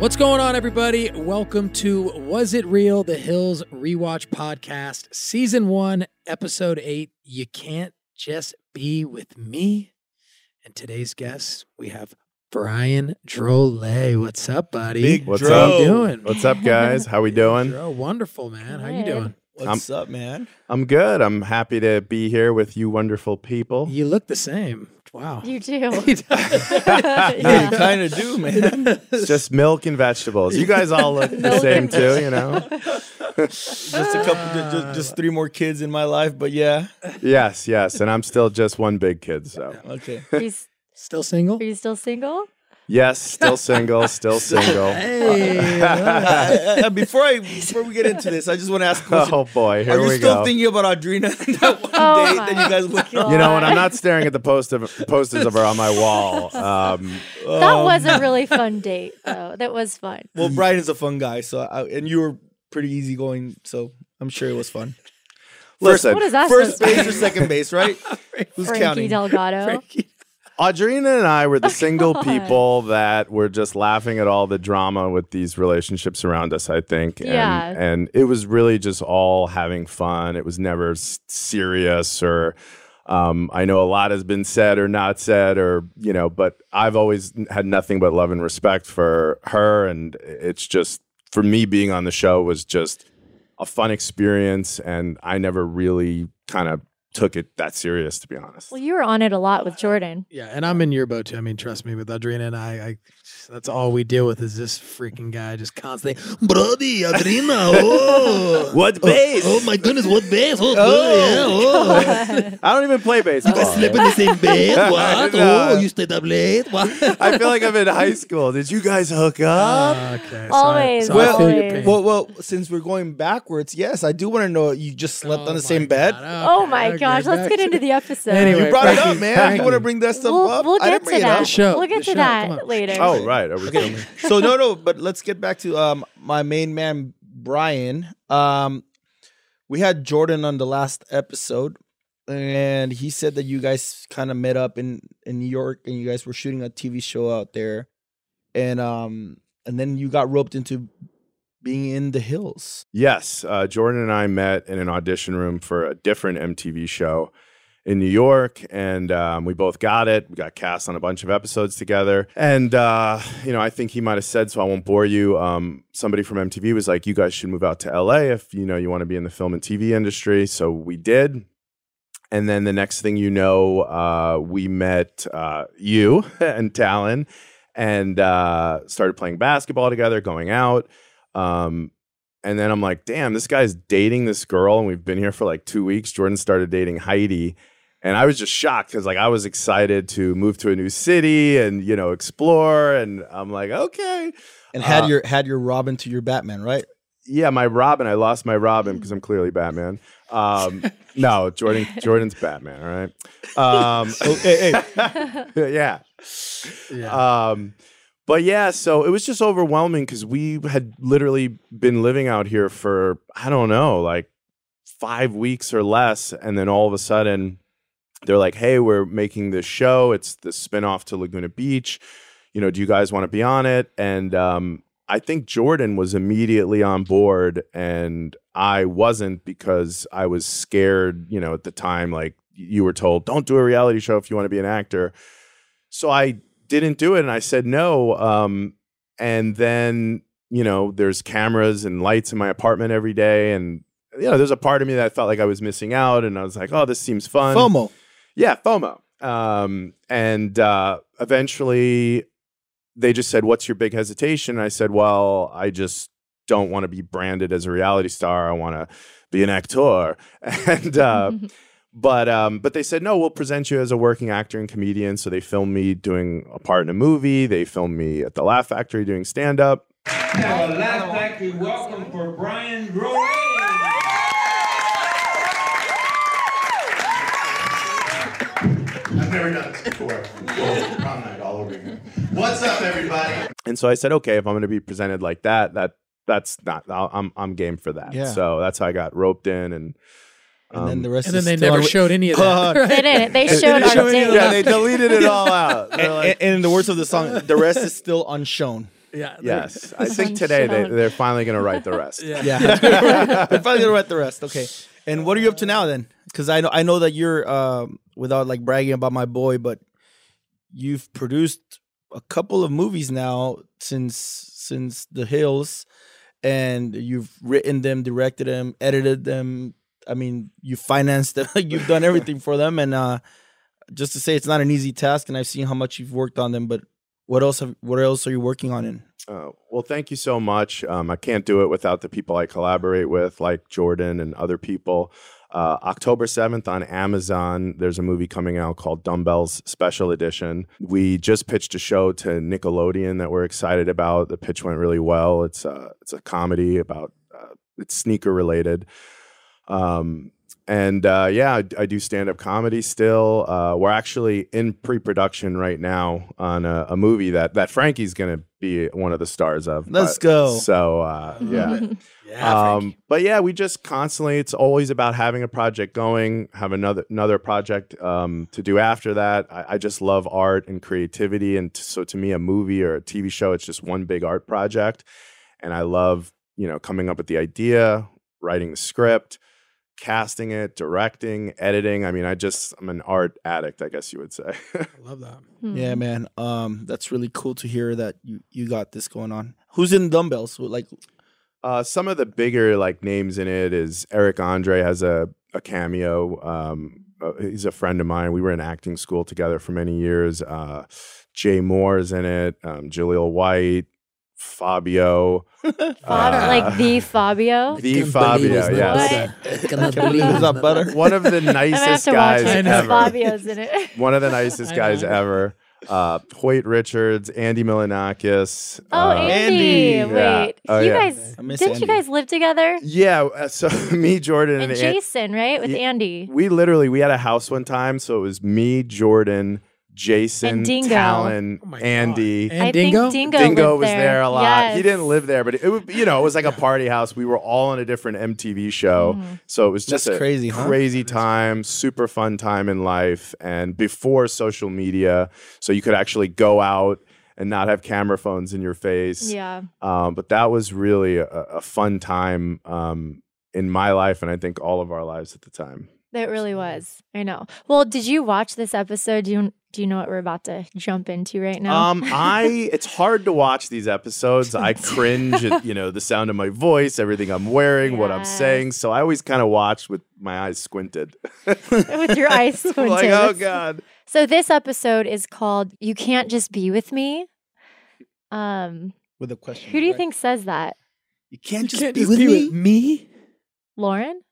What's going on, everybody? Welcome to Was It Real? The Hills Rewatch Podcast, Season 1, Episode 8. You can't just be with me. And today's guest, we have Brian Drolet. What's up, buddy? Big What's How you Dro. doing? What's up, guys? How we doing? Dro, wonderful, man. How you Good. doing? What's up, man? I'm good. I'm happy to be here with you wonderful people. You look the same. Wow. You do. He does. You yeah. kind of do, man. It's just milk and vegetables. You guys all look the Milk same and too, you know? just a couple, ju- ju- just, three more kids in my life, but yeah. Yes, yes. And I'm still just one big kid, so. Okay. Are you, s- Still single? are you still single? Yes, still single, still single. Hey. Uh, uh, before I before we get into this, I just want to ask a question. Oh boy, Are here you we still go. thinking about Audrina and that one Oh date my that you guys went on? You know, and I'm not staring at the post of, posters of her on my wall. Um, That Um, was a really fun date, though. That was fun. Well, Brian is a fun guy, so I, and you were pretty easygoing, so I'm sure it was fun. listen, What is that? First supposed to base or second base, right? Who's Frankie counting? Delgado. Audrina and I were the single Oh God. people that were just laughing at all the drama with these relationships around us, I think. And, Yeah. and it was really just all having fun. It was never s- serious or. Um, I know a lot has been said or not said, or you know, but I've always n- had nothing but love and respect for her, and it's just for me being on the show was just a fun experience, and I never really kind of took it that serious, to be honest. Well, you were on it a lot with Jordan. Yeah, and I'm in your boat too. I mean, trust me, with Adrina and I, I that's all we deal with is this freaking guy just constantly, Brody, Adrina, oh, What base? oh my goodness, what bass? Oh, Oh, oh, yeah, I don't even play baseball. oh. Sleep in the same bed? What? No. Oh, you stayed up late? What? I feel like I'm in high school. Did you guys hook up? Ah, okay, Always, So I, so I feel your always. pain. Well, well, since we're going backwards, yes, I do want to know. You just slept on the same bed. oh my gosh, let's get into the episode. Anyway, You brought it Frankie, up, man. Frankie. You want to bring that stuff we'll, up? we'll I get didn't to bring that. It show, we'll get the to show, come that on. later. Oh, right. Are we Okay. filming? up. So no, no. But let's get back to um, my main man Brian. Um, we had Jordan on the last episode, and he said that you guys kind of met up in in New York, and you guys were shooting a TV show out there, and um, and then you got roped into being in the hills. Yes. Uh, Jordan and I met in an audition room for a different MTV show in New York, and um, we both got it. We got cast on a bunch of episodes together. And, uh, you know, I think he might have said, so I won't bore you. Um, somebody from MTV was like, you guys should move out to LA if, you know, you want to be in the film and TV industry. So we did. And then the next thing you know, uh, we met uh, you and Talon and uh, started playing basketball together, going out. Um, and then I'm like, damn, this guy's dating this girl, and we've been here for like two weeks. Jordan started dating Heidi. And I was just shocked because like I was excited to move to a new city and you know explore. And I'm like, okay. and had Uh, your had your Robin to your Batman, right? Yeah, my Robin. I lost my Robin because I'm clearly Batman. Um, no, Jordan. Jordan's Batman. All right. Um, hey, hey. yeah. Yeah. Um, but yeah, so it was just overwhelming because we had literally been living out here for, I don't know, like five weeks or less. And then all of a sudden, they're like, hey, we're making this show. It's the spinoff to Laguna Beach. You know, do you guys want to be on it? And um, I think Jordan was immediately on board and I wasn't because I was scared, you know, at the time, like you were told, don't do a reality show if you want to be an actor. So I didn't do it and I said no. Um, and then, you know, there's cameras and lights in my apartment every day. And, you know, there's a part of me that felt like I was missing out. And I was like, oh, this seems fun. FOMO. Yeah, FOMO. Um, and uh, eventually, they just said, What's your big hesitation? And I said, Well, I just don't want to be branded as a reality star. I want to be an actor. And, uh, But um, but they said no. We'll present you as a working actor and comedian. So they filmed me doing a part in a movie. They filmed me at the Laugh Factory doing stand up. Have a Laugh Factory welcome for Brian Drouet. I've never done this before. Whoa, prom night all over again. What's up, everybody? And so I said, okay, if I'm going to be presented like that, that that's not. I'll, I'm I'm game for that. Yeah. So that's how I got roped in, and and then the rest And is then they still never on- showed any of that. Uh, right? They didn't. They showed didn't show our any of date. yeah, they deleted it all out. They're and, like, and in the words of the song, the rest is still unshown. Yeah. they- yes, I think today they, Sunshine. they're finally going to write the rest. Yeah, if I could write the rest, okay. And what are you up to now then? Because I know I know that you're um, without like bragging about my boy, but you've produced a couple of movies now since since The Hills, and you've written them, directed them, edited them. I mean, you financed them. you've done everything for them, and uh, just to say, it's not an easy task. And I've seen how much you've worked on them. But what else? Have, what else are you working on? In Uh, well, thank you so much. Um, I can't do it without the people I collaborate with, like Jordan and other people. Uh, October 7th on Amazon, there's a movie coming out called Dumbbells Special Edition. We just pitched a show to Nickelodeon that we're excited about. The pitch went really well. It's a, it's a comedy about, uh, it's sneaker related. Um, and uh, yeah, I, I do stand up comedy still. Uh, we're actually in pre production right now on a, a movie that, that Frankie's going to be one of the stars of. Let's But- go. So uh, yeah. um, but yeah, we just constantly, it's always about having a project going, have another another project um, to do after that. I, I just love art and creativity. And t- so to me, a movie or a TV show, it's just one big art project. And I love, you know, coming up with the idea, writing the script, casting it, directing, editing. I mean, I just I'm an art addict, I guess you would say. I love that. Hmm. Mm-hmm. Yeah, man. Um, that's really cool to hear that you you got this going on. Who's in dumbbells? Who- Like, uh, some of the bigger like names in it is Eric Andre has a a cameo. Um, uh, he's a friend of mine. We were in acting school together for many years. Uh, Jay Moore is in it. Um, Jaleel White, Fabio, Ah. uh, Fab- like the Fabio. the Can't believe Fabio. it's not Yes, butter. Cannot Can't believe it's not butter. one of the I'm gonna have nicest to watch guys it. 'cause ever. Fabio's in it. One of the nicest I guys know. ever. Uh, Hoyt Richards, Andy Milanakis. Oh, uh, Andy! Andy. Yeah. Wait, Oh, you yeah. guys I miss didn't you Andy. guys live together? yeah. uh, So me, Jordan, and, And An- Jason, right, with Ye- Andy. We literally we had a house one time, so it was me, Jordan, Jason, And Dingo. Talon, Oh my God. Andy. And I Dingo? think Dingo, Dingo lived was there. a lot. He Yes. didn't live there, but it, was you know it was like a party house. We were all on a different MTV show, Mm-hmm. so it was just That's a crazy, huh? crazy time, super fun time in life, and before social media, so you could actually go out and not have camera phones in your face. Yeah. Um, but that was really a, a fun time um, in my life, and I think all of our lives at the time. That really was. I know. Well, did you watch this episode? Do you do you know what we're about to jump into right now? Um, I it's hard to watch these episodes. I cringe at you know the sound of my voice, everything I'm wearing, what I'm Yes. saying. So I always kind of watch with my eyes squinted. with your eyes squinted. like, oh god, So this episode is called "You Can't Just Be with Me." Um, with a question. who do you right? think says that? you can't just Can't be with me? me? Lauren,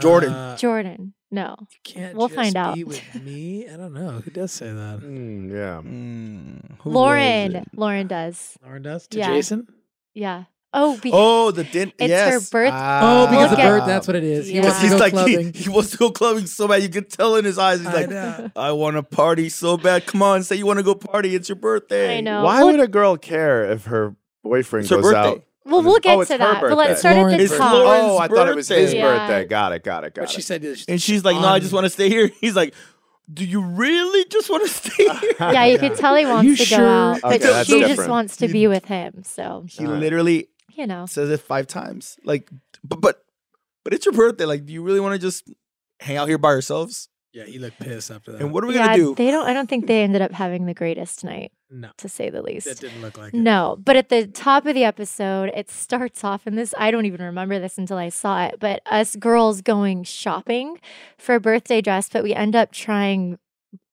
Jordan. Uh, Jordan? No. you can't We'll just find out. Be with me? I don't know. Who does say that? Mm, yeah. Mm, who was Lauren. it? Lauren does. Lauren does to Yeah. Jason. Yeah. Oh, because Oh, the din- her yes. birth- Uh, Ah. oh, because Look the at- bird. That's what it is. He Yeah. wants to he's go like clubbing. He, he wants to go clubbing so bad. You can tell in his eyes. He's I like, know. I, want to party so bad. Come on, say you want to go party. It's your birthday. I know. Why Well- would a girl care if her boyfriend It's her goes birthday. out? well, we'll get Oh, it's to her that. But birthday. let's start at the Lauren's It's top. Lauren- Oh, I thought it was his birthday. Yeah. birthday. Got it. Got it. Got But she it. said this. And she's like, No, I just want to stay here. He's like, Do you really just want to stay Ah, here? Yeah, you can tell he wants you to go sure? out, but Okay, that's she just different. wants to be with him. So ah. He literally you know, says it five times. Like, but but, but it's your birthday. Like, do you really want to just hang out here by yourselves? Yeah, he looked pissed after that. And what are we yeah, gonna do? they don't. I don't think they ended up having the greatest night, No, to say the least. that didn't look like it. No, but at the top of the episode, it starts off in this. I don't even remember this until I saw it, but us girls going shopping for a birthday dress, but we end up trying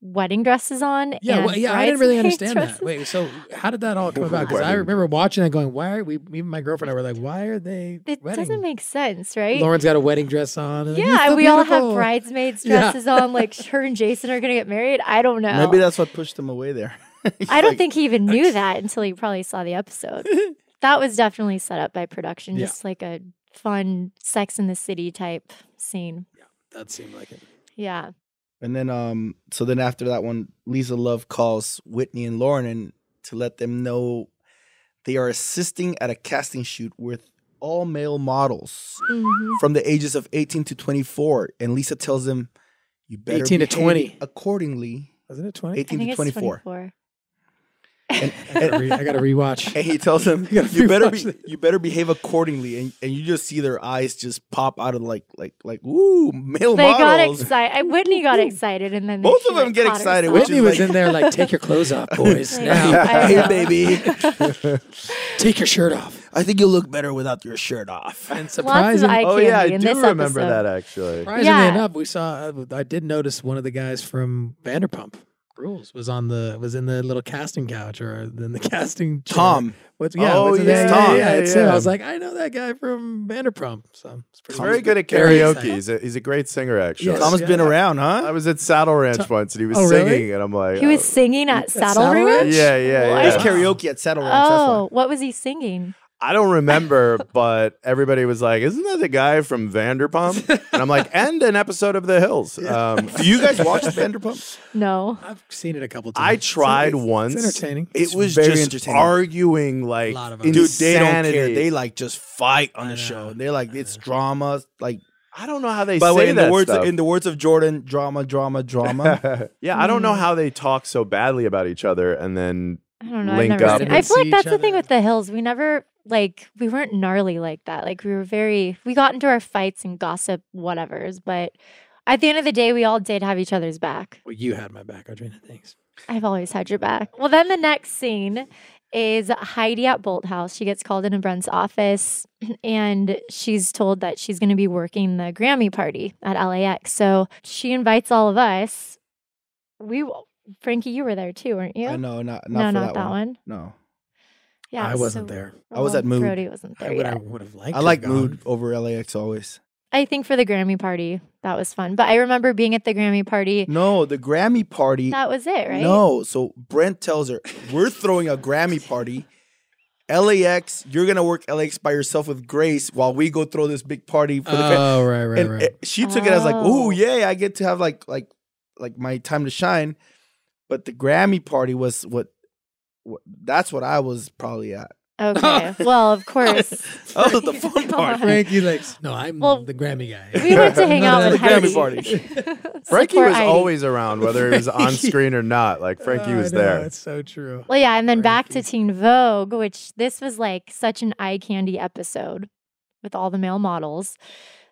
wedding dresses on. Yeah, and well, yeah, I didn't really bridesmaid understand dresses. that. Wait, so how did that all come about? Because I Wedding. remember watching that, going, "Why are we?" Me and my girlfriend and I were like, "Why are they?" It wedding? doesn't make sense, right? Lauren's got a wedding dress on. and, like, "You're yeah, so we all have beautiful." bridesmaids Yeah. dresses on. Like her and Jason are gonna get married. I don't know. Maybe that's what pushed him away there. I don't think he even knew that until he probably saw the episode. that was definitely set up by production, Yeah. just like a fun Sex in the City type scene. That seemed like it. Yeah. And then, um, so then after that one, Lisa Love calls Whitney and Lauren and to let them know they are assisting at a casting shoot with all male models Mhm. from the ages of 18 to 24. And Lisa tells them, "You better 18 to behave 20. accordingly." Wasn't it twenty? 18 I think to it's 24. 24. And, I and- gotta, re- I gotta rewatch. and he tells them, You gotta "You better rewatch be, this." you better behave accordingly." And and you just see their eyes just pop out of like like like ooh male They got models. excited. Whitney got excited, and then Both she, of them like, get caught excited, herself. which Whitney is was like- in there like, "Take your clothes off, boys. I now, know. hey baby, take your shirt off." I think you look better without your shirt off. And Lots surprising, of eye oh yeah, candy I in do this remember episode. that actually. surprisingly Yeah. enough, we saw. uh, I did notice one of the guys from Vanderpump Rules was on the was in the little casting couch or uh, in the casting. chair. Tom, What's yeah? Oh, what's his name? yeah, yeah, Tom. yeah, it's him. I yeah. was like, I know that guy from Vanderpump. So it's pretty He's very good at Very karaoke. excited. He's a, he's a great singer actually. Yes. Tom has Yeah. been around, huh? I was at Saddle Ranch once and he was Oh, singing really? and I'm like oh, He was singing at Saddle, Saddle Ranch? Ranch? Yeah, yeah, There's yeah. karaoke at Saddle Ranch. That's why. Oh, what was he singing? I don't remember, but everybody was like, "Isn't that the guy from Vanderpump?" And I'm like, "And an episode of The Hills." Um, Do you guys watch Vanderpump? No. I've seen it a couple times. I tried it's, once. It's entertaining. It was very just entertaining. arguing like Lot of Dude, they don't insanity. care. They like just fight on I the know. show. They're like it's drama. Like I don't know how they by the say way, in that the words stuff. in the words of Jordan, drama, drama, drama. yeah, I don't know how they talk so badly about each other and then I don't know. link I've never up. seen. Didn't I feel see like that's each the thing other. with the hills. We never like we weren't gnarly like that. Like we were very we got into our fights and gossip whatever's, but at the end of the day we all did have each other's back. Well, you had my back, Audrina. Thanks. I've always had your back. Well, then the next scene is Heidi at Bolt House. She gets called into Brent's office and she's told that she's going to be working the Grammy party at LAX. So she invites all of us. We Frankie, you were there too, weren't you? I know, not not no, for not that, one. No, Yeah, I wasn't so- there. I was at Mood. Brody wasn't there I would, I yet. would have liked. I to like have gone. mood over LAX always. I think for the Grammy party, that was fun. But I remember being at the Grammy party. No, the Grammy party. That was it, right? No, so Brent tells her we're throwing a Grammy party. LAX, you're gonna work LAX by yourself with Grace while we go throw this big party for the fam- Oh right, right, and right. it- she took it as like, "Ooh, Oh. yay! I get to have like like like my time to shine." But the Grammy party was what, what that's what I was probably at. Okay. well, of course. That Oh, was the fun part. Come on. Frankie likes. No, I'm Well, the Grammy guy. We went to hang No, out no, with the Grammy Heidi. party. Frankie Support was Heidi. always around, whether he was on Frankie. screen or not. Like Frankie Oh, was I know, there. It's so true. Well, yeah, and then back to Frankie. Teen Vogue, which this was like such an eye candy episode with all the male models.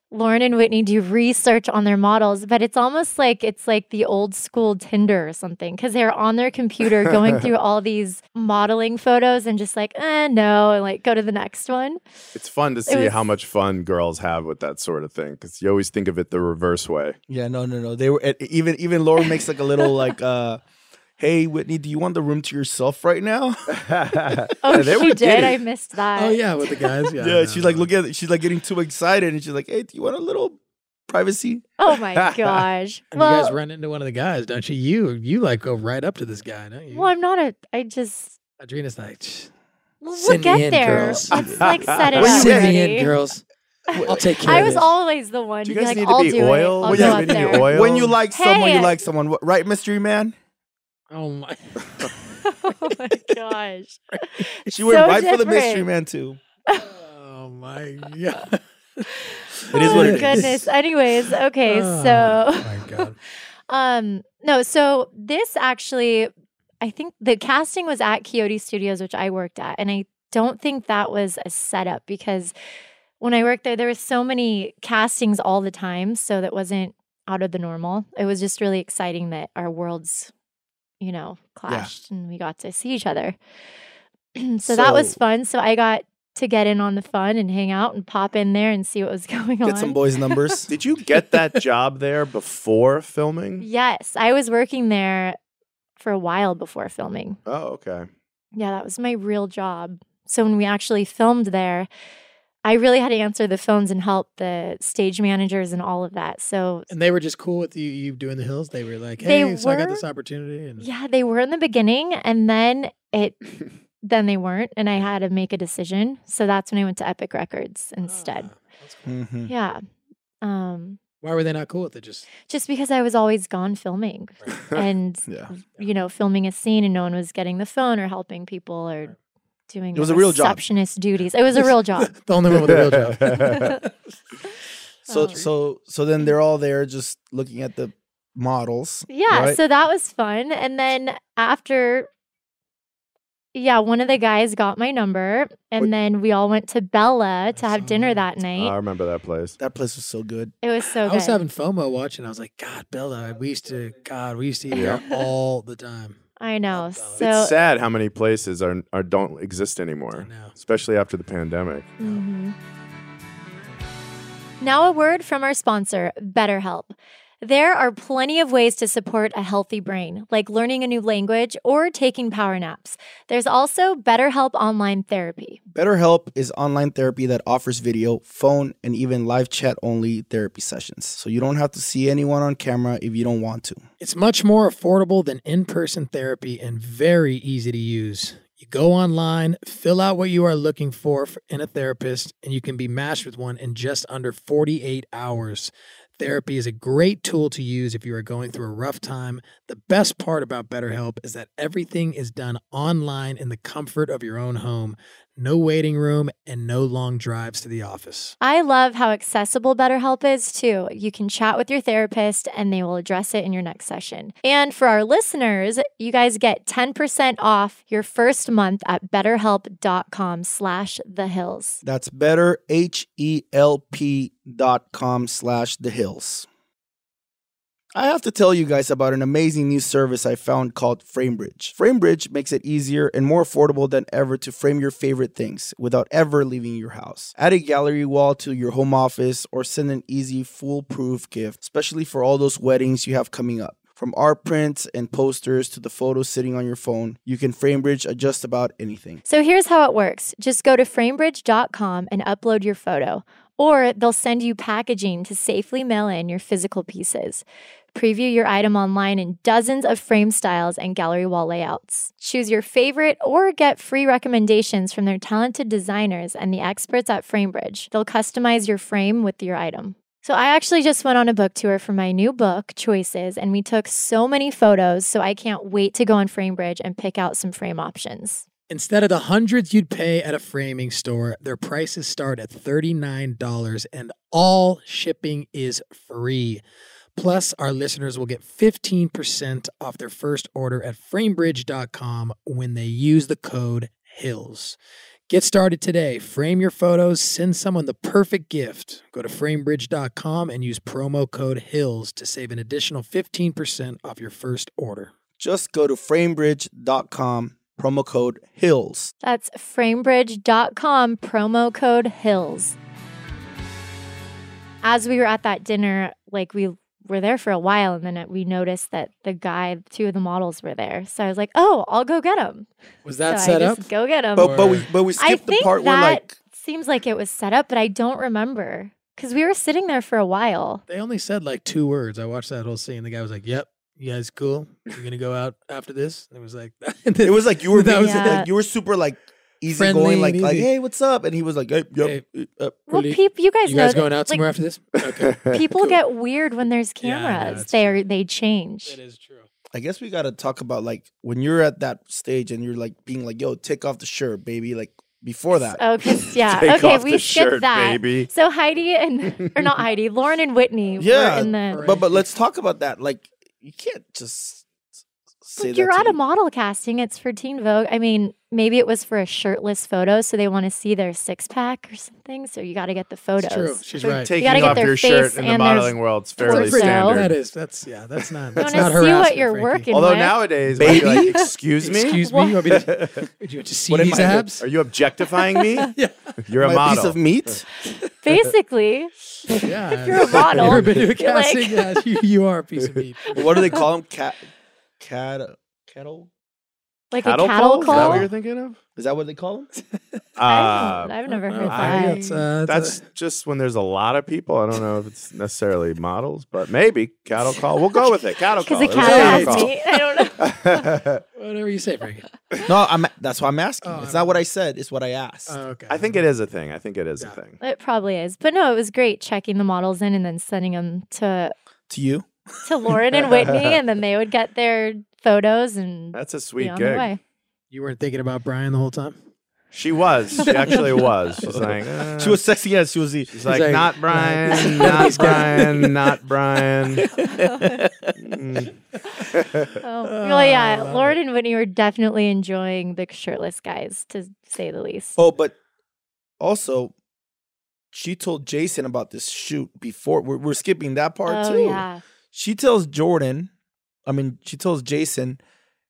Lauren and Whitney do research on their models, but it's almost like it's like the old school Tinder or something because they're on their computer going through all these modeling photos and just like, eh, no, and like go to the next one. It's fun to see was- how much fun girls have with that sort of thing because you always think of it the reverse way. Yeah, no, no, no. They were at, even even Lauren makes like a little like, uh "Hey Whitney, do you want the room to yourself right now?" Oh, they she were did. I dating. missed that. Oh yeah, with the guys. Yeah, yeah, no, she's like, no. look at, she's like getting too excited, and she's like, "Hey, do you want a little privacy?" Oh my gosh. And you guys well, run into one of the guys, don't you? You you like go right up to this guy, don't you? well, I'm not a. I just. Adrena's like, "Shh, Well, we'll Send me get in, there. girls. Let's like set it what are up. you bringing already. in, girls? I'll take care. I of was this." always the one. Do to you be guys like, need I'll to be do oil? It. I'll Well, go yeah, up we need there. oil. When you like someone, Hey. you like someone, Wh- right, Mystery Man? Oh my! oh my gosh. She went So right for the Mystery different. Man too. Oh my god! It is oh what my it is. goodness. Anyways, okay, Ah. Oh, so my god. um no, so this actually I think the casting was at Coyote Studios, which I worked at, and I don't think that was a setup because when I worked there, there was so many castings all the time, so that wasn't out of the normal. It was just really exciting that our worlds, you know, clashed and we got to see each other. so, that was So- fun. So I got to get in on the fun and hang out and pop in there and see what was going on. Get some boys' numbers. Did you get that job there before filming? Yes, I was working there for a while before filming. Oh, okay. Yeah, that was my real job. So when we actually filmed there, I really had to answer the phones and help the stage managers and all of that. So And they were just cool with you, you doing the hills. They were like, hey, They so I got were- this opportunity. And yeah, they were in the beginning and then it then they weren't and I had to make a decision. So that's when I went to Epic Records instead. Ah, that's cool. Mhm. Yeah. Um Why were they not cool with it? Just just because I was always gone filming and Yeah. you know, filming a scene and no one was getting the phone or helping people Right. or doing It was the a real job. receptionist duties. It was a real job. the only one with a real job. So Um, so so then they're all there just looking at the models. Yeah, right? so that was fun. And then after, yeah, one of the guys got my number, and What- then we all went to Bella to I have saw dinner that. that night. I remember that place. that place was so good. it was so I was good. having FOMO watching. I was like, God, Bella, we used to, God, we used to eat Yeah. there all the time. I know. It's So it's sad how many places are, are don't exist I anymore, know. especially after the pandemic. Mhm. Now, a word from our sponsor, BetterHelp. There are plenty of ways to support a healthy brain, like learning a new language or taking power naps. There's also BetterHelp Online Therapy. BetterHelp is online therapy that offers video, phone, and even live chat only therapy sessions. So you don't have to see anyone on camera if you don't want to. It's much more affordable than in person therapy and very easy to use. You go online, fill out what you are looking for f- in a therapist, and you can be matched with one in just under 48 hours. Therapy is a great tool to use if you are going through a rough time. The best part about BetterHelp is that everything is done online in the comfort of your own home. No waiting room and no long drives to the office. I love how accessible BetterHelp is too. You can chat with your therapist and they will address it in your next session. And for our listeners, you guys get 10% off your first month at betterhelp.com slash the hills. That's better H E L P dot com slash the hills. I have to tell you guys about an amazing new service I found called FrameBridge. FrameBridge makes it easier and more affordable than ever to frame your favorite things without ever leaving your house. Add a gallery wall to your home office or send an easy, foolproof gift, especially for all those weddings you have coming up. From art prints and posters to the photos sitting on your phone, you can FrameBridge adjust about anything. So here's how it works. Just go to framebridge.com and upload your photo, or they'll send you packaging to safely mail in your physical pieces. Preview your item online in dozens of frame styles and gallery wall layouts. Choose your favorite or get free recommendations from their talented designers and the experts at Framebridge. They'll customize your frame with your item. So, I actually just went on a book tour for my new book, Choices, and we took so many photos. So, I can't wait to go on Framebridge and pick out some frame options. Instead of the hundreds you'd pay at a framing store, their prices start at $39 and all shipping is free. Plus, our listeners will get 15% off their first order at framebridge.com when they use the code HILLS. Get started today. Frame your photos, send someone the perfect gift. Go to framebridge.com and use promo code HILLS to save an additional 15% off your first order. just go to framebridge.com promo code hills That's framebridge.com, promo code HILLS. As we were at that dinner, like we were there for a while, and then we noticed that the guy, two of the models were there. So I was like, oh, I'll go get them. Was that so set I up? Just go get them. but but we Or- but we I skipped the think part where that like seems like it was set up, but I don't remember because we were sitting there for a while. They only said like two words. I watched that whole scene. The guy was like, "Yep, you guys cool. You're gonna go out after this." And it was like, it was like you were That being, was it. like you were super like easy Friendly going and like like easy. hey what's up and he was like hey, yep, uh, Well, Really? peep, you guys you know guys that, going out like, somewhere after this? Okay, people get weird when there's Yeah, I know, cameras. it's they true. are they change. that is true. I guess we gotta talk about like when you're at that stage and you're like being like yo take off the shirt baby like before that Oh, 'cause- yeah. Take okay, off we the skipped shirt, that. baby. So Heidi and or not Heidi, Lauren and Whitney Yeah, were in the. but but let's talk about that like you can't just s- say Look, you're that to at a me. model casting. It's for Teen Vogue. I mean, maybe it was for a shirtless photo, so they want to see their six pack or something. So you got to get the photos. It's true. She's Think right. Taking gotta get off their your face shirt in the and their modeling world is torso. fairly Torso. standard. That is. That's yeah. That's not. You That's want not to see harassment, what you're Frankie. working Although with. nowadays, I'd be like, excuse me, Excuse me. You want me to, would you want to see What am these I, the- abs? are you objectifying me? Yeah. You're a My model. piece of meat. Basically, Yeah. if you're a model, Ever been to a you're like- casting? Yes, you, you are a piece of meat. what do they call them? Cat, cat, uh, cattle. like a cattle Is that call. what you're thinking of? Is that what they call them? I Uh, don't, I've never no, heard I- that. That's, uh, that's just when there's a lot of people. I don't know if it's necessarily models, but maybe cattle call. We'll go with it. Cattle call. Because a It was cat asked cattle me. I don't know. call. whatever you say, Frankie. No, I'm. That's why I'm asking. Oh, it's I- not what I said. It's what I asked. Oh, okay. I think it is a thing. I think it is a thing. It probably is. But no, it was great checking the models in and then sending them to to you. to Lauren and Whitney, and then they would get their photos and That's a sweet be on their gig. way. You weren't thinking about Brian the whole time? She was. She actually was. She's like, uh, She was sexy as she was. e- She's like, like, not Brian, not Brian, not Brian. Mm. Oh, well, yeah, love Lauren and Whitney were definitely enjoying the shirtless guys, to say the least. Oh, but also, she told Jason about this shoot before. We're, we're skipping that part Oh, too. yeah. She tells Jordan, I mean, she tells Jason,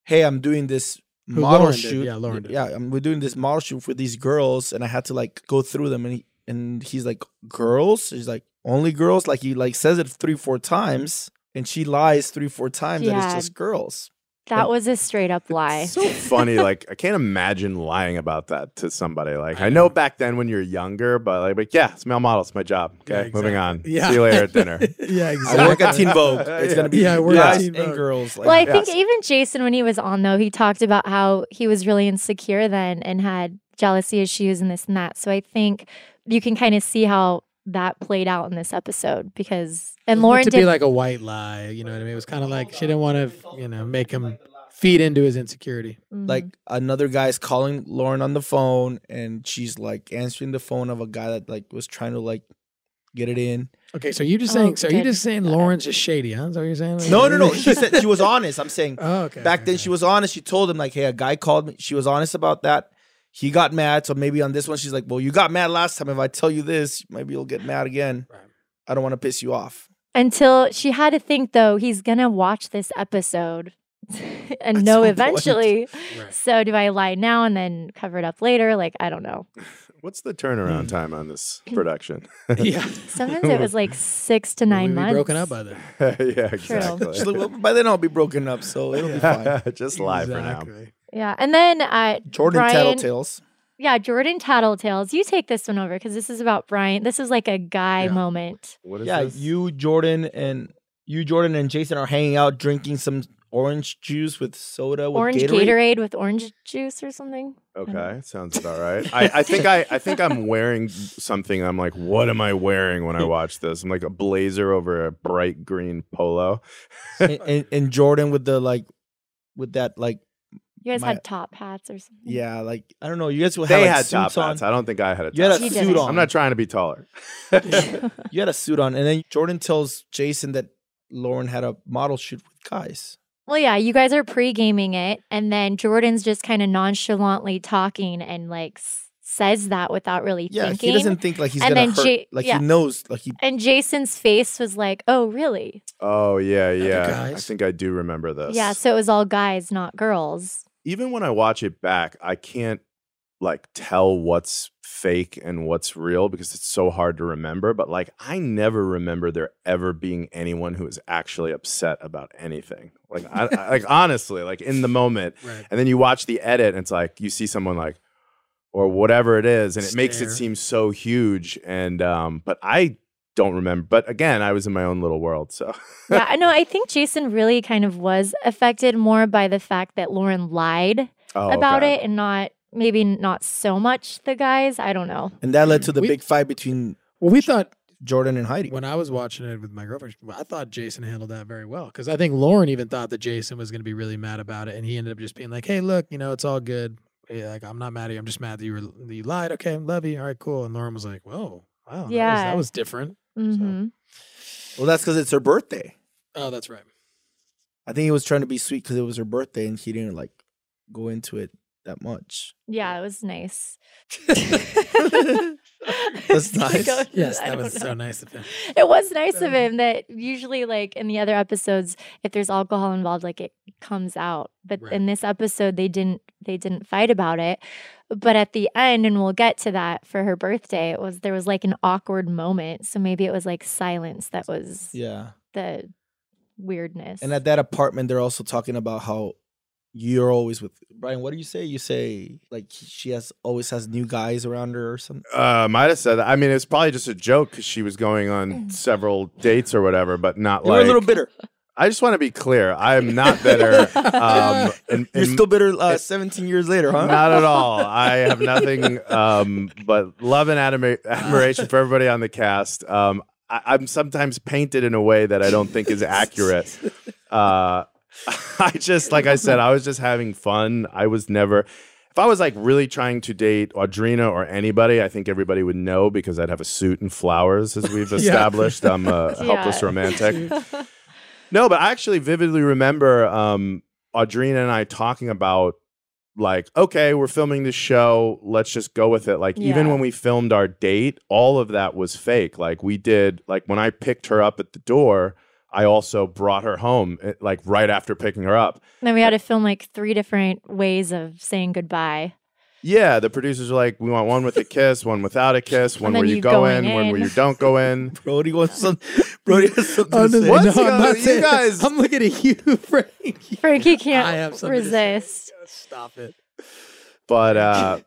"Hey, I'm doing this Who, model Lauren did. shoot. Yeah, Lauren did. Yeah, I'm, we're doing this model shoot for these girls, and I had to like go through them. And he, and he's like, girls. He's like, only girls. Like he like says it three, four times, and she lies three, four times that Yeah. it's just girls. That was a straight up lie. So funny. Like, I can't imagine lying about that to somebody. Like, I know back then when you're younger, but like, but yeah, it's male model. It's my job. Okay, Yeah, moving exactly. on. Yeah. See you later at dinner. yeah, exactly. I work at Teen Vogue. It's Yeah. gonna be Yeah, I work at guys Teen and Vogue. girls. Like, Well, I Yeah. think even Jason, when he was on, though, he talked about how he was really insecure then and had jealousy issues and this and that. So I think you can kind of see how that played out in this episode because, and It Lauren meant to did. be like a white lie. You know what I mean? It was kind of like she didn't want to, you know, make him feed into his insecurity. Mhm. like another guy's calling Lauren on the phone, and she's like answering the phone of a guy that like was trying to like get it in. Okay, so you just Oh, saying? So you good. just saying Lauren's just shady, huh? Is that what you're saying? No, no, no. She said she was honest. I'm saying Oh, okay. back okay, then okay. she was honest. She told him like, "Hey, a guy called me." She was honest about that. He got mad, so maybe on this one she's like, "Well, you got mad last time. If I tell you this, maybe you'll get mad again. Right. I don't want to piss you off." Until she had to think, though, he's going to watch this episode and know some point. eventually. Right. So do I lie now and then cover it up later? Like, I don't know. What's the Mm. turnaround time on this production? yeah, Sometimes it was like six to We'd nine be months. broken up by then. yeah, exactly. She's like, well, "By then I'll be broken up, so it'll be fine." Just lie for now. Exactly. Yeah. And then uh, Jordan Brian, Tattletales. Yeah, Jordan Tattletales. You take this one over because this is about Brian. This is like a guy Yeah. moment. What is Yeah, this? you, Jordan, and you, Jordan, and Jason are hanging out drinking some orange juice with soda with orange Gatorade. Gatorade. with orange juice or something. Okay, sounds about right. I, I think I, I think I'm wearing something. I'm like, what am I wearing when I watch this? I'm like a blazer over a bright green polo. and, and, and Jordan with the like, with that like, You guys My- had top hats or something. yeah, like I don't know. You guys will have They like, had suits top on. hats. I don't think I had a You had top a He hat. didn't. suit on. I'm not trying to be taller. you had a suit on, and then Jordan tells Jason that Lauren had a model shoot with guys. Well, yeah, you guys are pre gaming it. And then Jordan's just kind of nonchalantly talking and like s- says that without really Yeah, thinking. he doesn't think like he's And gonna then hurt. Ja- like yeah. he knows. Like he. and Jason's face was like, oh, really? Oh yeah, yeah. I guys? think I do remember this. Yeah. So it was all guys, not girls. even when I watch it back, I can't like tell what's fake and what's real because it's so hard to remember. But like, I never remember there ever being anyone who was actually upset about anything. Like, I, I- like honestly, like in the moment, Right. and then you watch the edit, and it's like you see someone like, or whatever it is, and it makes it Stare. seem so huge. And um, but I don't remember. But again, I was in my own little world, so yeah, I know. I think Jason really kind of was affected more by the fact that Lauren lied Oh, about okay. it and not maybe not so much the guys. I don't know. And that led to the We- big fight between Well, we thought Jordan and Heidi. when I was watching it with my girlfriend, I thought Jason handled that very well because I think Lauren even thought that Jason was going to be really mad about it, and he ended up just being like, "Hey, look, you know, it's all good. Yeah, like, I'm not mad at you. I'm just mad that you were that you lied. Okay, love you. All right, cool." And Lauren was like, "Whoa, wow, that was- Yeah. that was different." hmm Well, that's because it's her birthday. Oh, that's right. I think he was trying to be sweet because it was her birthday, and he didn't like go into it that much. Yeah, it was nice. That's I nice. don't- Yes, I that don't was know. so nice of him. It was nice of him that usually, like in the other episodes, if there's alcohol involved, like it comes out. But Right. in this episode, they didn't. They didn't fight about it. But at the end, and we'll get to that for her birthday, it was there was like an awkward moment. So maybe it was like silence that was Yeah. the weirdness. And at that apartment, they're also talking about how you're always with Brian. What do you say? You say like she has always has new guys around her or something. Uh, might have said that. I mean, it's probably just a joke because she was going on several dates or whatever, but not You're like. a little bitter. I just want to be clear. I am not bitter. um, and, You're and still bitter. Uh, Seventeen years later, huh? Not at all. I have nothing um, but love and admi- admiration for everybody on the cast. Um, I- I'm sometimes painted in a way that I don't think is accurate. Uh, I just, like I said, I was just having fun. I was never. If I was like really trying to date Audrina or anybody, I think everybody would know because I'd have a suit and flowers, as we've established. I'm a Yeah. helpless romantic. No, but I actually vividly remember um, Audrina and I talking about like, okay, we're filming this show. Let's just go with it. Like, even Yeah. when we filmed our date, all of that was fake. Like, we did, like, when I picked her up at the door, I also brought her home, eh, like, right after picking her up. then we had to film like three different ways of saying goodbye. Yeah, the producers are like, we want one with a kiss, one without a kiss, one then where you you go going in, one where in. you don't go in. Brody wants some. Brody has something Oh, to no, say. no, What's no, going I'm on? not You saying that. guys- I'm looking at you, Frank. Frankie I have can't something to say. resist. Stop it. But, uh,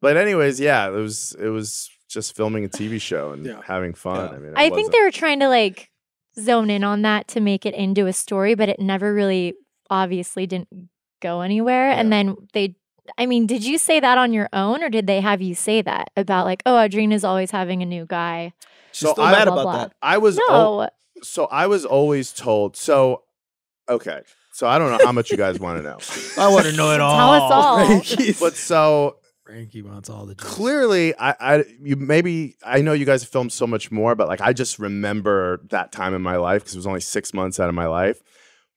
but anyways, yeah, it was, it was just filming a TV show and Yeah. having fun. Yeah. I mean, it I wasn't- think they were trying to like zone in on that to make it into a story, but it never really obviously didn't go anywhere. And then they, I mean, did you say that on your own or did they have you say that about like, oh, Audrina's always having a new guy? She's So still I- mad Blah, about blah. that. I was, No. al- so I was always told. So, okay. So I don't know how much you guys want to know, I want to know it all. Tell us all. Frankie's- but so Frankie wants all the juice. clearly, I, I, you maybe I know you guys have filmed so much more, but like I just remember that time in my life because it was only six months out of my life.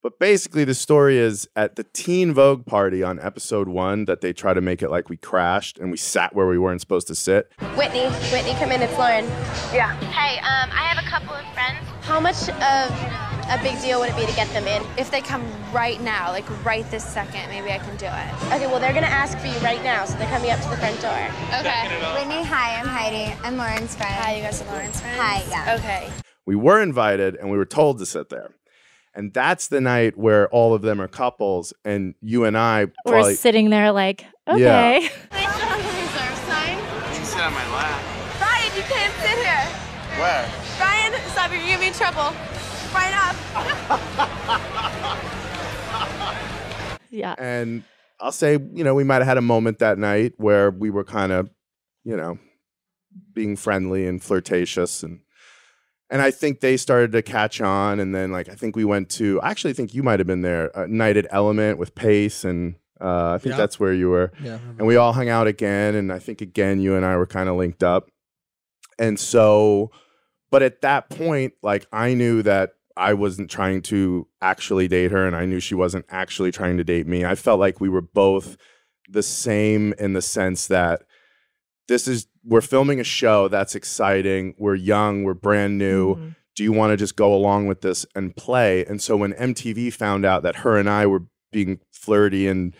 But basically, the story is at the Teen Vogue party on episode one that they try to make it like we crashed and we sat where we weren't supposed to sit. Whitney, Whitney, come in. It's Lauren. Yeah. Hey, um, I have a couple of friends. How much of a big deal would it be to get them in? If they come right now, like right this second, maybe I can do it. Okay, well they're gonna ask for you right now, so they're coming up to the front door. Okay. Whitney, hi. I'm Heidi. I'm Lauren's friend. Hi, you guys are Lauren's friends. Hi, yeah. Okay. We were invited and we were told to sit there. And that's the night where all of them are couples, and you and I We're probably sitting there like, Yeah. okay. I sit on the reserve sign. You sit on my lap. Brian, you can't sit here. Where? Brian, stop! You're gonna be in trouble. Brian, up. Yeah. And I'll say, you know, we might have had a moment that night where we were kind of, you know, being friendly and flirtatious and and I think they started to catch on and then like I think we went to I actually think you might have been there, uh, Night at Element with Pace and uh, I think Yeah. that's where you were. Yeah. And we all hung out again. And I think again, you and I were kind of linked up. And so, but at that point, like I knew that I wasn't trying to actually date her and I knew she wasn't actually trying to date me. I felt like we were both the same in the sense that this is, we're filming a show that's exciting. We're young, we're brand new Mhm. do you want to just go along with this and play? And so when MTV found out that her and I were being flirty and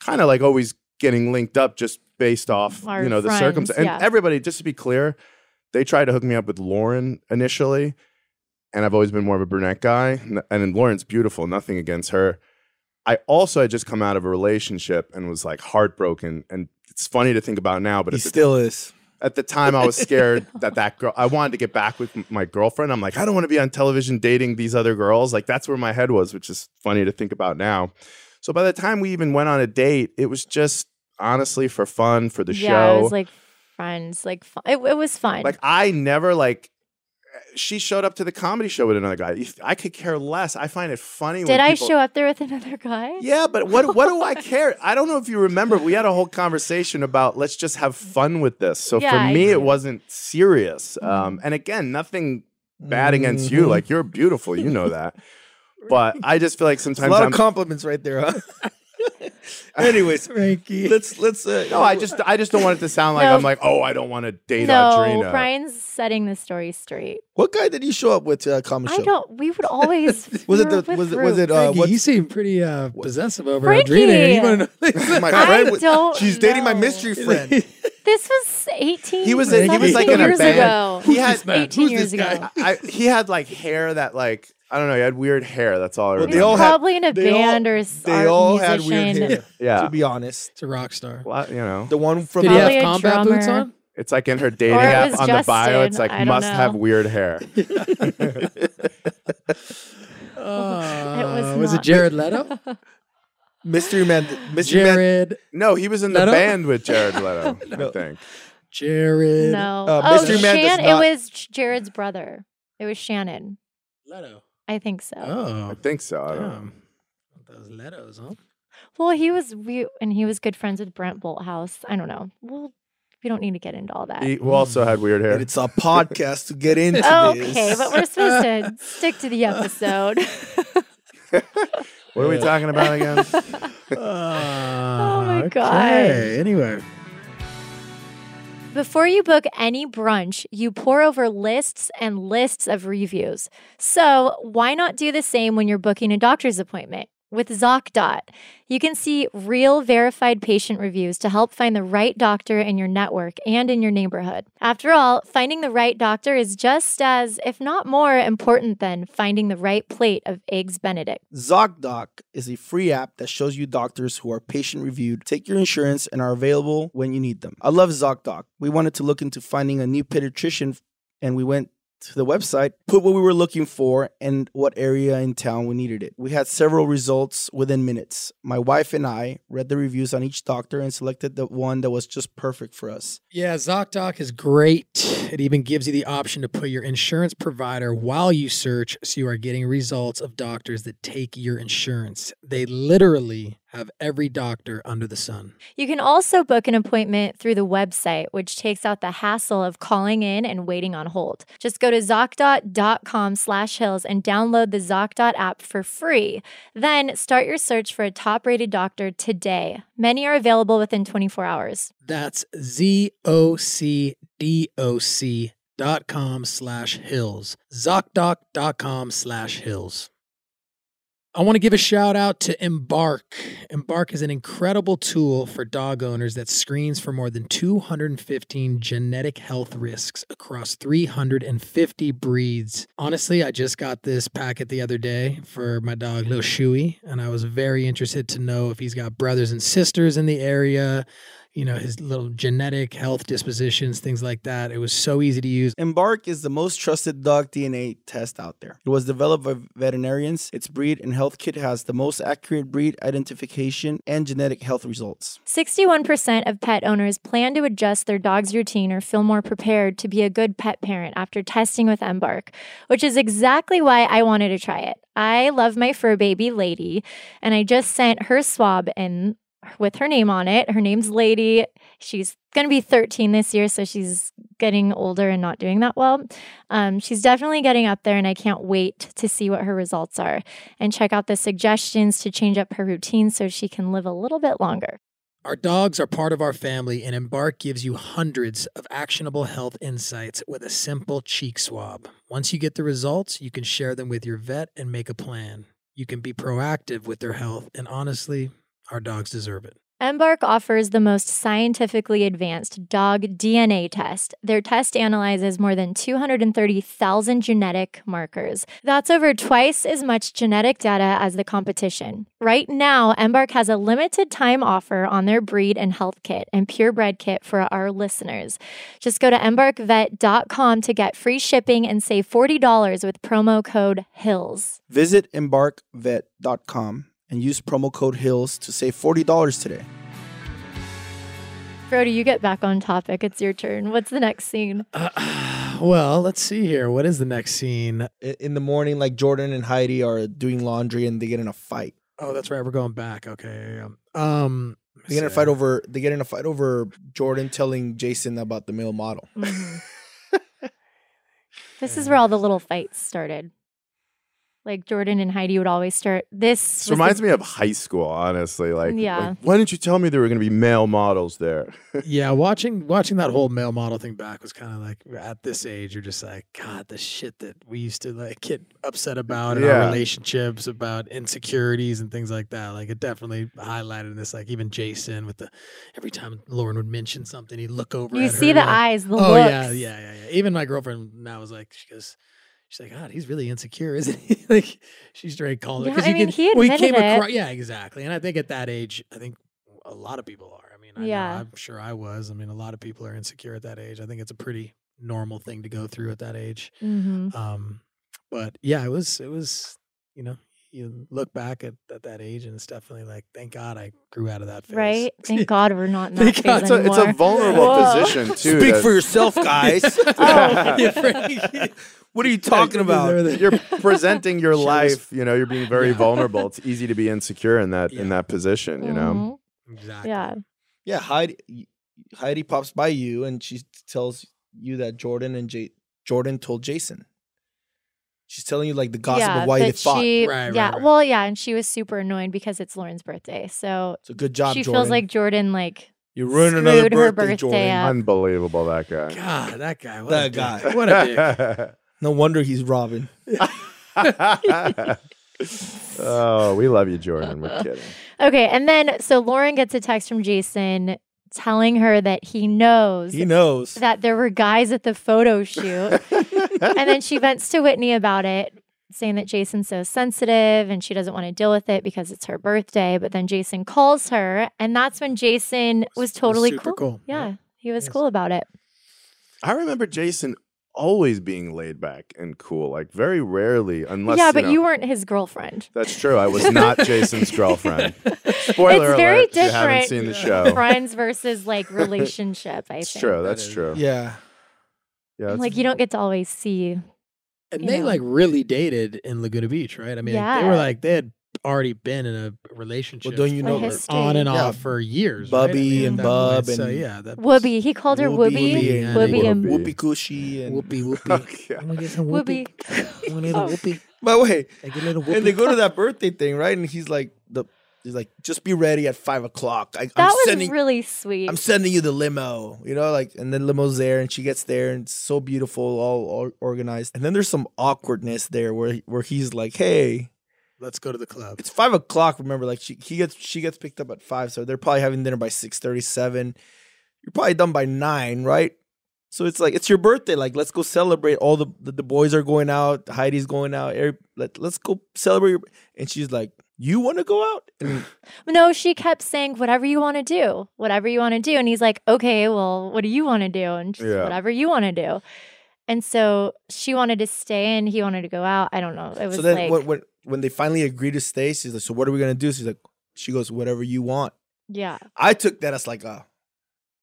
kind of like always getting linked up just based off, Our you know, the friends, circumstance. yeah. And everybody, just to be clear, they tried to hook me up with Lauren initially. And I've always been more of a brunette guy. n- And then Lauren's beautiful, nothing against her. I also had just come out of a relationship and was like heartbroken. And it's funny to think about now, but He at the still is. at the time I was scared that that girl I wanted to get back with m- my girlfriend. I'm like, I don't want to be on television dating these other girls. Like that's where my head was, which is funny to think about now. So by the time we even went on a date, it was just honestly for fun, for the yeah. show. It was like friends. Like, fun. It, it was fun. Like I never like eh, she showed up to the comedy show with another guy. If- I could care less. I find it funny when Did I people- show up there with another guy? yeah, but what what do I care? I don't know if you remember, we had a whole conversation about let's just have fun with this. So Yeah, for I me, do. it wasn't serious. Mm-hmm. Um, and again, nothing bad against you. Mhm. Like you're beautiful, you know that. But I just feel like It's a sometimes lot I'm of compliments right there, huh? Anyways, Frankie. let's let's. Uh, No, I just I just don't want it to sound like No. I'm like, oh, I don't want to date no, Audrina. Brian's setting the story straight. What guy did you show up with to a comic I show? don't. We would always. Was we it were the- with was it- was Ruth. it, uh, Frankie, what's- you seem pretty uh, possessive over Frankie! Adrena. You wanna know- My I friend. with- don't she's dating my know. mystery friend. This was eighteen. He was in, he was like in something a years band. ago. He had man? eighteen Who's years this guy? ago. I, he had like hair that like I don't know. He had weird hair. That's all Well, I remember. they all had- probably in a they all- band or s- They art all had musician. weird hair. yeah, To be honest, It's a rock star. Well, you know, the one from Did he Probably have a combat boots drummer. on? it's like in her dating Or it app was on the bio. It's Justin. like I don't must have know. weird hair. Uh, was was it not- Jared Leto? Mystery Man. Mystery Man. Jared. No, he was in the Leto? band with Jared Leto. I think. Jared No. Uh, oh, Mystery Man does Shan- not- It was J- Jared's brother. It was Shannon. Leto. I think so. I Oh, think so. I don't know. damn. Those Letos, huh? Well, he was we and he was good friends with Brent Bolthouse. I don't know. Well, we don't need to get into all that. He who also had weird hair. And it's a podcast to get into Okay, this. but we're supposed to stick to the episode. What are we talking about again? oh my Okay. Anyway, Before you book any brunch, you pour over lists and lists of reviews. So, why not do the same when you're booking a doctor's appointment? With ZocDot, you can see real verified patient reviews to help find the right doctor in your network and in your neighborhood. After all, finding the right doctor is just as, if not more, important than finding the right plate of Eggs Benedict. ZocDoc is a free app that shows you doctors who are patient reviewed, take your insurance, and are available when you need them. I love ZocDoc. We wanted to look into finding a new pediatrician, and we went to the website, put what we were looking for, and what area in town we needed it. We had several results within minutes. My wife and I read the reviews on each doctor and selected the one that was just perfect for us. yeah, ZocDoc is great. It even gives you the option to put your insurance provider while you search, so you are getting results of doctors that take your insurance. They literally have every doctor under the sun. You can also book an appointment through the website, which takes out the hassle of calling in and waiting on hold. Just go to ZocDot.com slash Hills and download the ZocDot app for free. Then start your search for a top-rated doctor today. Many are available within 24 hours. That's Z O C D O C dot com slash hills. ZocDoc dot com slash hills. I want to give a shout out to Embark. Embark is an incredible tool for dog owners that screens for more than 215 genetic health risks across 350 breeds. Honestly, I just got this packet the other day for my dog, Lil Shuey, and I was very interested to know if he's got brothers and sisters in the area, you know, his little genetic health dispositions, things like that. It was so easy to use. Embark is the most trusted dog DNA test out there. It was developed by veterinarians. Its breed and health kit has the most accurate breed identification and genetic health results. 61% of pet owners plan to adjust their dog's routine or feel more prepared to be a good pet parent after testing with Embark, which is exactly why I wanted to try it. I love my fur baby, Lady, and I just sent her swab in with her name on it. Her name's Lady. She's going to be 13 this year, so she's getting older and not doing that well. Um, she's definitely getting up there, and I can't wait to see what her results are and check out the suggestions to change up her routine so she can live a little bit longer. Our dogs are part of our family, and Embark gives you hundreds of actionable health insights with a simple cheek swab. Once you get the results, you can share them with your vet and make a plan. You can be proactive with their health, and honestly, our dogs deserve it. Embark offers the most scientifically advanced dog DNA test. Their test analyzes more than 230,000 genetic markers. That's over twice as much genetic data as the competition. Right now, Embark has a limited time offer on their breed and health kit and purebred kit for our listeners. Just go to embarkvet.com to get free shipping and save $40 with promo code HILLS. Visit embarkvet.com and use promo code HILLS to save $40 today. Brody, you get back on topic. It's your turn. What's the next scene? Uh, Well, let's see here. What is the next scene? I- In the morning, like Jordan and Heidi are doing laundry and they get in a fight. Oh, that's right. We're going back. Okay. yeah, yeah. Um, let me They get in a see. fight over they get in a fight over Jordan telling Jason about the male model. Mhm. this is where all the little fights started. Like Jordan and Heidi would always start. This This reminds me of high school, honestly. Like, Yeah. like, why didn't you tell me there were going to be male models there? yeah, watching watching that whole male model thing back was kind of like at this age, you're just like, God, the shit that we used to like get upset about in our Yeah. relationships, about insecurities and things like that. Like it definitely highlighted this. Like even Jason with the every time Lauren would mention something, he'd look over. You at her, see the like, eyes, the oh looks. yeah, yeah, yeah, yeah. Even my girlfriend now was like, she goes, she's like, God, he's really insecure, isn't he? like she's straight called Yeah, because I mean, he admitted it. Yeah, exactly. And I think at that age, I think a lot of people are. I mean, I Yeah. know, I'm sure I was. I mean, a lot of people are insecure at that age. I think it's a pretty normal thing to go through at that age. hmm Um, but yeah, it was, it was, you know. You look back at, at that age, and it's definitely like, thank God I grew out of that phase. Right? Thank God we're not in that Thank phase God. it's, a, it's anymore. a vulnerable Whoa. position, too. Speak that- for yourself, guys. Oh. Yeah, Frank. what are you talking about? You're presenting your Shows. life, you know, you're being very Yeah. vulnerable. It's easy to be insecure in that in Yeah. that position, you know. Mhm. Exactly. Yeah. Yeah, Heidi Heidi pops by you and she tells you that Jordan and J- Jordan told Jason. She's telling you like the gossip yeah, of why they that fought. She, Right, right, yeah. right. Well, yeah. And she was super annoyed because it's Lauren's birthday. So so good job, she Jordan. feels like Jordan, like, you ruined another screwed her birthday, birthday Jordan. up. Unbelievable that guy. God, that guy. What a That dick. guy. What a dick. No wonder he's robbing. oh, we love you, Jordan. We're kidding. okay. And then, so Lauren gets a text from Jason telling her that he knows He knows. that there were guys at the photo shoot. and then she vents to Whitney about it, saying that Jason's so sensitive and she doesn't want to deal with it because it's her birthday. But then Jason calls her, and that's when Jason was totally super cool. cool. Yeah, Yep. he was Yes. cool about it. I remember Jason always being laid back and cool. Like very rarely, unless yeah, but know- you weren't his girlfriend. That's true. I was not Jason's girlfriend. Spoiler it's very alert! if You different. haven't seen the show. Friends versus like relationship. I It's think. Oh, true. Oh. That's is- true. Yeah. Yeah, And, that's- Like you don't get to always see. And You they know. like really dated in Laguna Beach, right? I mean, they Yeah. were like they had already been in a relationship. Well, don't you A know history. on and Yeah. off for years? right? I Bubby mean, at and that Bub point, so and- yeah, that Whoopie. He called her Whoopie. Whoopi, Whoopi, yeah. and Whoopi. Whoopi Cushy and Oh, Whoopi, whoopie. Yeah. I'm gonna get some Whoopi. whoopie. I'm gonna get a Oh. whoopie. By the way, I get a little and they whoopie. go to that birthday thing, right? And he's like the he's like, just be ready at five o'clock. I, That I'm was sending really sweet. I'm sending you the limo, you know, like, and then limo's there, and she gets there, and it's so beautiful, all, all organized. And then there's some awkwardness there, where where he's like, "Hey, Let's go to the club. it's five o'clock." Remember, like she he gets she gets picked up at five, so they're probably having dinner by six thirty seven. You're probably done by nine, right? So it's like it's your birthday, like let's go celebrate. All the the, the boys are going out, Heidi's going out. every- Let let's go celebrate. Your, and she's like, "You want to go out?" And No, she kept saying, whatever you want to do, whatever you want to do. And he's like, okay, well, what do you want to do? And she's, Yeah. whatever you want to do. And so she wanted to stay and he wanted to go out. I don't know. It was so then like, when, when when they finally agree to stay, she's like, "So what are we gonna do?" She's like, "She goes, whatever you want." yeah, I took that as like a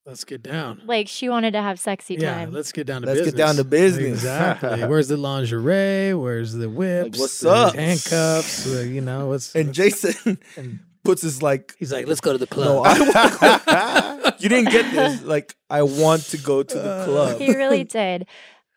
Let's get down. like she wanted to have sexy yeah, time. let's get down to Let's business. get down to business. Exactly. Where's the lingerie? Where's the whips? what's the up? Handcuffs? the- you know what's and Jason and puts his like he's like, let's go to the club. no, I want, you didn't get this. Like I want to go to the Uh, club. he really did.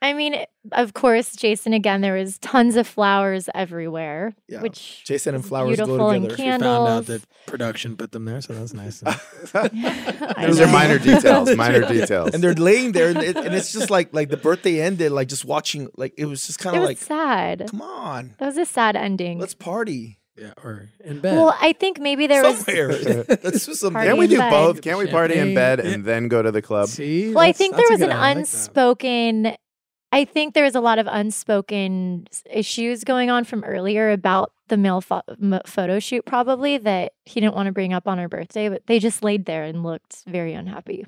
I mean, of course, Jason, again, there was tons of flowers everywhere, Yeah. which Jason and is flowers go beautiful and together. We found out Candles. that production put them there, so that's nice. I Those are know. minor details. Minor details. And they're laying there, and, it, and it's just like like the birthday ended. Like just watching, like it was just kind It of was like, sad. come on, That was a sad ending. let's party yeah, or in bed. well, I think maybe there was somewhere. let's do something. Party Can't we in do bed. both? Can't we party Champagne. in bed and then go to the club? See, Well, I that's- think that's there a was good an one. I like that. unspoken. I think there was a lot of unspoken s- issues going on from earlier about the male pho- m- photo shoot, probably that he didn't want to bring up on her birthday, but they just laid there and looked very unhappy.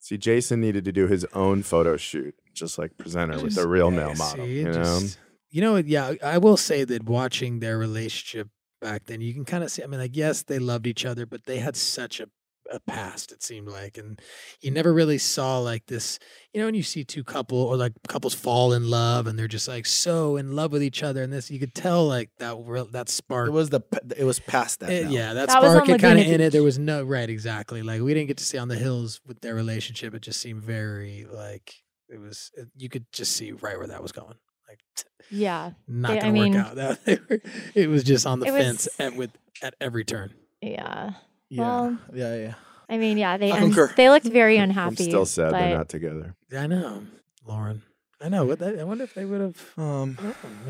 See, Jason needed to do his own photo shoot, just like presenter with the real male Yeah, model. see, you know, just- you know, yeah, I will say that watching their relationship back then, you can kind of see. I mean, like, yes, they loved each other, but they had such a a past it seemed like and you never really saw like this you know when you see two couple or like couples fall in love and they're just like so in love with each other and this you could tell like that real that spark It was the it was past that. Uh, Eh, now. yeah, that, That was spark on had kind of Laguna ended. There Beach. was no right, exactly. Like we didn't get to see on the hills with their relationship. It just seemed very like it was. It, you could just see right where that was going. Like like Yeah. not They- I gonna mean- work out. That they were, it was just on the It fence was- at with at every turn. Yeah. Yeah. Well- yeah, yeah. I mean, yeah, they I un- concur. they looked very unhappy. I'm still sad but- they're not together. I know, Lauren. I know. What that, I wonder if they would have. Um,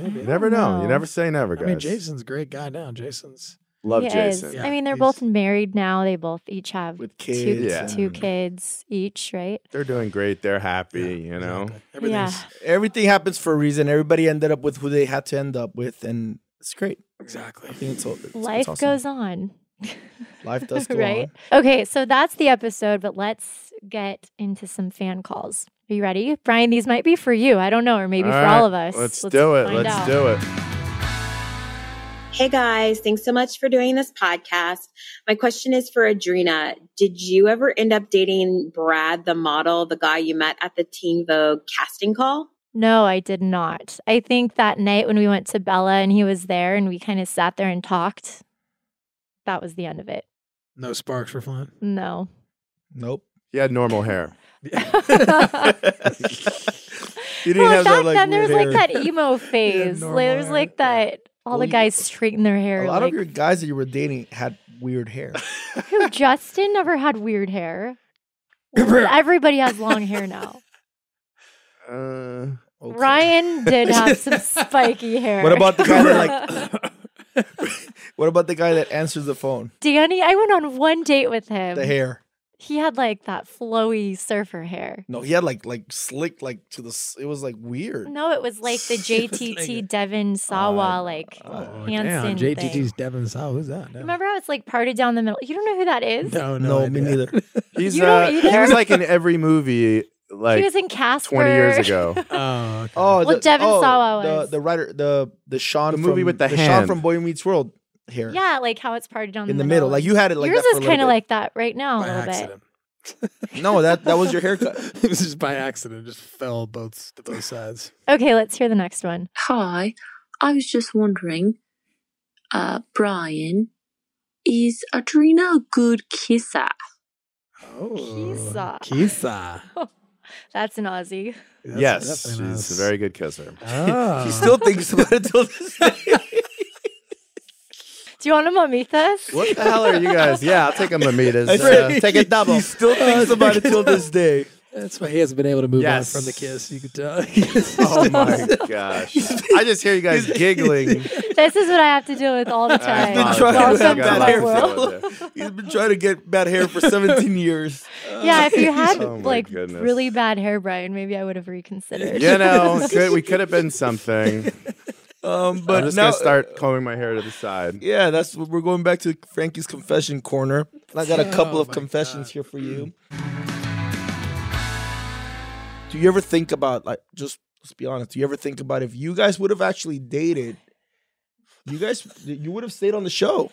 Maybe. You never know. You know. never say never, I guys. mean, Jason's a great guy now. Jason's Love He is. Jason. Yeah. I mean, they're he's- both married now. They both each have with two, kids. Yeah. two kids each, right? They're doing great. They're happy. yeah, you know. exactly. Everything's Everything happens for a reason. Everybody ended up with who they had to end up with, and it's great. exactly. I think it's, all- it's- it's Life awesome. goes on. Life does go right? Okay, so that's the episode, but let's get into some fan calls. Are you ready? Brian, these might be for you. I don't know, or maybe for right, all of us. Let's, do it. find Let's out. do it. Hey guys, thanks so much for doing this podcast. My question is for Adrena. Did you ever end up dating Brad, the model, the guy you met at the Teen Vogue casting call? No, I did not. I think that night when we went to Bella and he was there and we kind of sat there and talked, that was the end of it. No sparks were flying. No. Nope. He had normal hair. You well, have that, back like, then there was weird like that hair. emo phase. normal there was hair. like that. All Well, the you- guys straighten their hair. A lot like, of your guys that you were dating had weird hair. who Justin never had weird hair. Everybody has long hair now. Uh, Okay. Ryan did have some spiky hair. What about the guy that like? what about the guy that answers the phone? Danny? I went on one date with him. The hair. He had like that flowy surfer hair. No, he had like like slick like to the. s- It was like weird. No, it was like the She was JTT like- Devin Sawa Uh, like uh, Hanson thing. JTT's Devin Saw. Who's that? No. Remember how it's like parted down the middle? You don't know who that is? No, no, no, idea. me neither. he's You don't uh, he either? was like in every movie he like was in Casper. 20 years ago. Oh, okay. Oh, Well, the, Devin oh, Sawa the was. the writer, the the Sean The movie from- with the Sean hand. from Boy Meets World hair. Yeah, like how it's parted down in the middle. Like you had it like that Yours for a is little kind of bit. like that right now a by little bit. accident. no, that that was your haircut. it was just by accident. Just fell both to both sides. Okay, let's hear the next one. Hi, I was just wondering, uh, Brian, is Adrena a good kisser? Oh, Kisa. Kisa. That's an Aussie. That's yes, she's definitely a nice. very good kisser. Oh. She still thinks about it till this day. Do you want a mamita? What the hell are you guys? Yeah, I'll take a mamitas. I Uh, said- take a double. He still thinks about it till this day. That's why he hasn't been able to move Yes. on from the kiss. You could tell. Oh my gosh! I just hear you guys giggling. This is what I have to deal with all the time. been Uh, trying to I Welcome have to got that a lot my to hair world. deal with there. He's been trying to get bad hair for 17 years. Yeah, if you had Oh my like goodness. really bad hair, Brian, maybe I would have reconsidered. You know, could, we could have been something. Um, I'm but just now, gonna start combing my hair to the side. yeah, that's we're going back to Frankie's confession corner. And I got a couple Oh of my confessions here for you. Do you ever think about like just let's be honest? Do you ever think about if you guys would have actually dated, you guys you would have stayed on the show?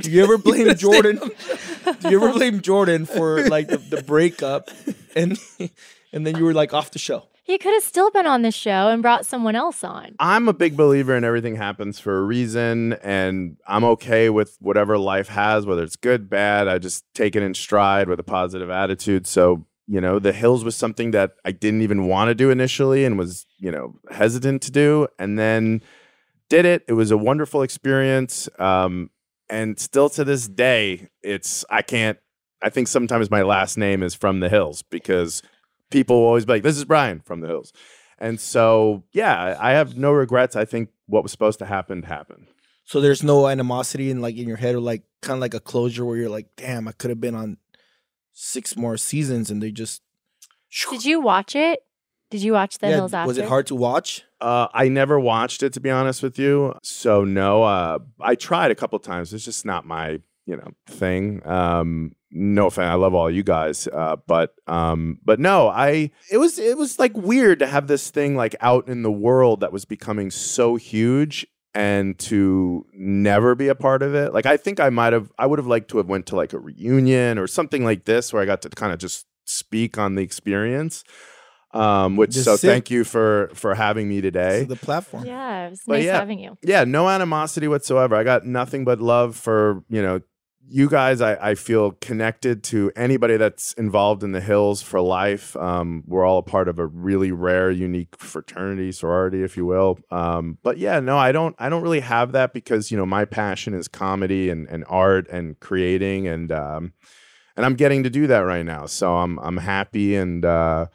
Do you ever blame Jordan? Do you ever blame Jordan for like the, the breakup, and and then you were like off the show? He could have still been on the show and brought someone else on. I'm a big believer in everything happens for a reason, and I'm okay with whatever life has, whether it's good, bad. I just take it in stride with a positive attitude. So, you know, the hills was something that I didn't even want to do initially and was, you know, hesitant to do, and then did it. It was a wonderful experience. Um, and still to this day, it's, I can't, I think sometimes my last name is from the hills because people will always be like, this is Brian from the hills. And so, yeah, I have no regrets. I think what was supposed to happen happened. So there's no animosity in like in your head or like kind of like a closure where you're like, damn, I could have been on six more seasons and they just Did you watch it? Did you watch The Yeah, Hills After? Was it hard to watch? Uh, I never watched it to be honest with you. So no, uh, I tried a couple times. It's just not my you know thing. Um, no offense, I love all you guys, uh, but um, but no, I it was it was like weird to have this thing like out in the world that was becoming so huge and to never be a part of it. Like I think I might have I would have liked to have went to like a reunion or something like this where I got to kind of just speak on the experience. Um, which Just so sit. thank you for for having me today. So the platform. Yeah, it was But nice yeah. having you. Yeah, no animosity whatsoever. I got nothing but love for, you know, you guys, I, I feel connected to anybody that's involved in the Hills for life. Um, we're all a part of a really rare, unique fraternity, sorority, if you will. Um, but yeah, no, I don't. I don't really have that because you know my passion is comedy and, and art and creating, and um, and I'm getting to do that right now. So I'm I'm happy and. Uh,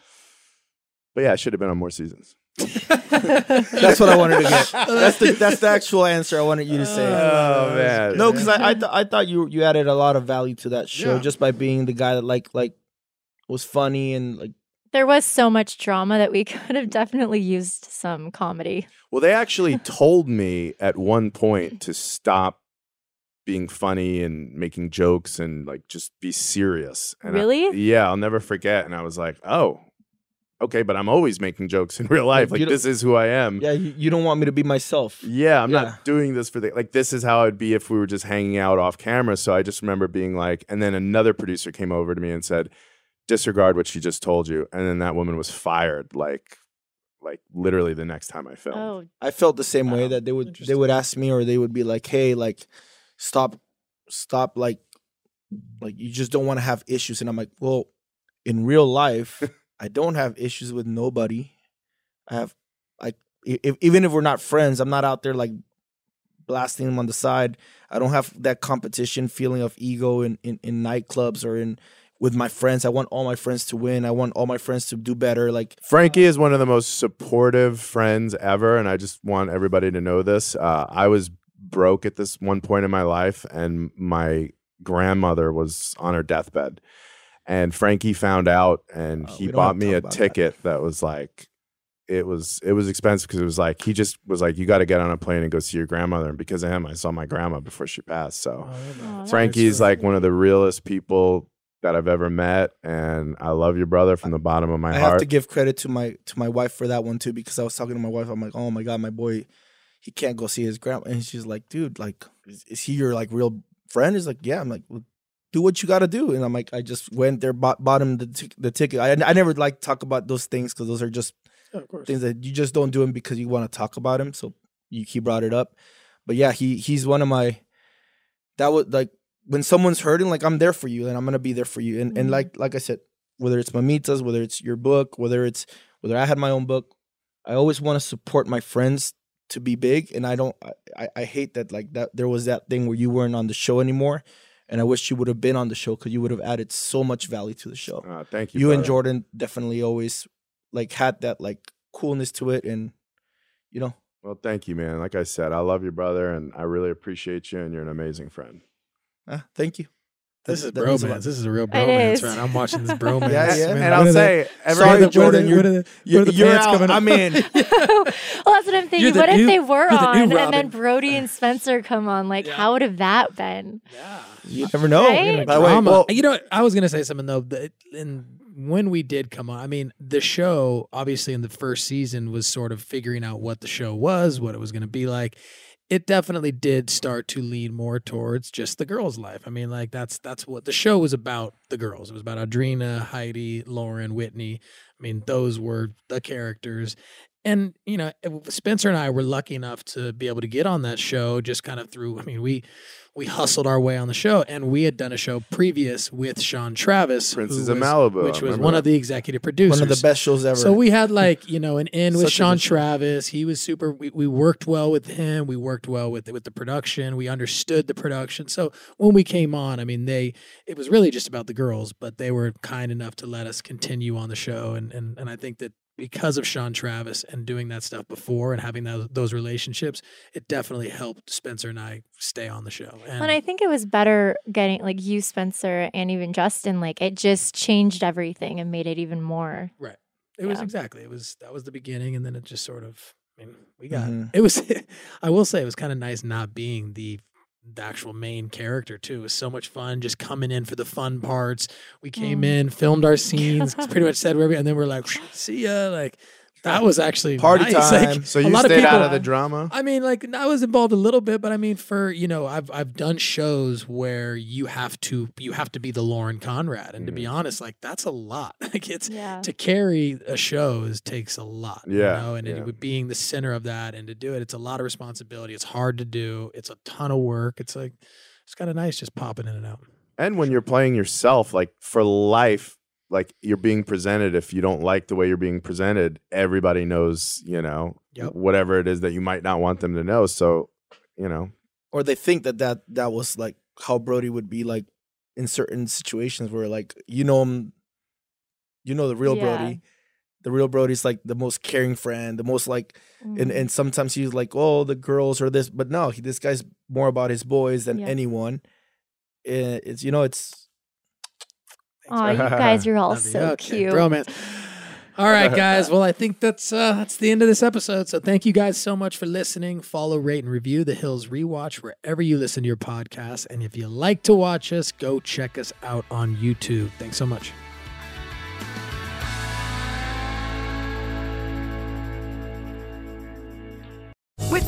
but yeah, I should have been on more seasons. That's what I wanted to get. That's the that's the actual answer I wanted you to say. Oh, man. No, because I I, th- I thought you you added a lot of value to that show Yeah. just by being the guy that like like was funny and like There was so much drama that we could have definitely used some comedy. Well, they actually told me at one point to stop being funny and making jokes and like just be serious. And I- Really? yeah, I'll never forget. And I was like, oh, okay, but I'm always making jokes in real life. Like you don't- this is who I am. yeah you, you don't want me to be myself. Yeah, I'm Yeah. not doing this for the like. This is how it'd be if we were just hanging out off camera. So I just remember being like, and then another producer came over to me and said, "Disregard what she just told you." And then that woman was fired. Like, like literally the next time I filmed. Oh, I felt the same way that they would they would ask me or they would be like, "Hey, like, stop, stop, like, like you just don't want to have issues." And I'm like, "Well, in real life, I don't have issues with nobody. I have, like, i- if, even if we're not friends, I'm not out there like blasting them on the side. I don't have that competition feeling of ego in in, in nightclubs or in." With my friends, I want all my friends to win. I want all my friends to do better. Like Frankie is one of the most supportive friends ever, and I just want everybody to know this. Uh, I was broke at this one point in my life, and my grandmother was on her deathbed, and Frankie found out, and Oh, we he don't bought have to me talk a about that. ticket that. was like. It was it was expensive because it was like he just was like you got to get on a plane and go see your grandmother and because of him I saw my grandma before she passed so Oh, Aw, that's Frankie's like one of the realest people that I've ever met and I love your brother from the bottom of my I heart have to give credit to my to my wife for that one too because I was talking to my wife. I'm like, oh my god, my boy, he can't go see his grandma, and she's like, dude, like, is, is he your like real friend? He's like, yeah. I'm like, well, do what you got to do, and I'm like, I just went there, bought, bought him the tic- the ticket. I I never like talk about those things because those are just of course. things that you just don't do him because you want to talk about him. So you, he brought it up, but yeah, he he's one of my that would like when someone's hurting, like I'm there for you and I'm gonna be there for you. And and Mhm. like like I said, whether it's mamitas, whether it's your book, whether it's whether I had my own book, I always want to support my friends to be big. And I don't I, I- I hate that like that there was that thing where you weren't on the show anymore. And I wish you would have been on the show because you would have added so much value to the show Uh, thank you you and brother. Jordan definitely always like had that like coolness to it, and you know, Well, thank you, man. Like I said, I love your brother and I really appreciate you, and you're an amazing friend. uh, thank you. This is That means a bromance. lot. This is a real is. bromance, man. I'm watching this bromance. Yeah, yeah. man. And What I'll are the- say, Sorry, what are the- Jordan, What are the, what are the, you're pants out. coming up? I'm in. well, that's what I'm thinking. the What new- if they were you're the new on and Robin. then Brody and Spencer come on? Like, how would have that been? You never know. Right? By the way, Drama. well, you know, what? I was gonna say something though. That and when we did come on, I mean, the show obviously in the first season was sort of figuring out what the show was, what it was gonna be like. It definitely did start to lean more towards just the girls' life. I mean, like that's that's what the show was about. The girls. It was about Audrina, Heidi, Lauren, Whitney. I mean, those were the characters. And you know, eh, Spencer and I were lucky enough to be able to get on that show just kind of through. I mean, we we hustled our way on the show, and we had done a show previous with Sean Travis, who Princess of was- Malibu, I which was remember one that. of the executive producers. one of the best shows ever. So we had like you know an in with Such a Sean good show. Travis. He was super. We, we worked well with him. We worked well with with the production. We understood the production. So when we came on, I mean, they it was really just about the girls, but they were kind enough to let us continue on the show, and and and I think that because of Sean Travis and doing that stuff before and having those those relationships, it definitely helped Spencer and I stay on the show. And, And I think it was better getting like you, Spencer, and even Justin. Like, it just changed everything and made it even more. It was Yeah. exactly. It was that was the beginning, and then it just sort of. I mean, we got Mhm. it was. I will say it was kind of nice not being the the actual main character too. It was so much fun just coming in for the fun parts. We came Mm. in, filmed our scenes, pretty much said where we, and then we're like, see ya. Like that was actually Party nice. Like, time. So A you lot of stayed out people- of the drama. I mean, like I was involved a little bit, but I mean, for you know, I've I've done shows where you have to you have to be the Lauren Conrad, and to be honest, like that's a lot. Like it's Yeah. to carry a show is, takes a lot. You Yeah, know? And it yeah. would being the center of that and to do it, it's a lot of responsibility. It's hard to do. It's a ton of work. It's like It's kind of nice just popping in and out. And when you're playing yourself, like for life, like you're being presented. If you don't like the way you're being presented, everybody knows, you know, Yep. whatever it is that you might not want them to know. So, you know, or they think that that that was like how Brody would be like in certain situations where like you know him, you know the real Yeah. Brody. The real Brody's like the most caring friend, the most like, Mm. Mm-hmm. and and sometimes he's like, oh, the girls or this, but no, he, this guy's more about his boys than Yeah. anyone. Eh, It's you know it's Oh, you guys are all Love you. so Okay, cute. Bromance. All right, guys. Well, I think that's uh, that's the end of this episode. So thank you guys so much for listening. Follow, rate, and review The Hills Rewatch wherever you listen to your podcast. And if you like to watch us, go check us out on YouTube. Thanks so much. With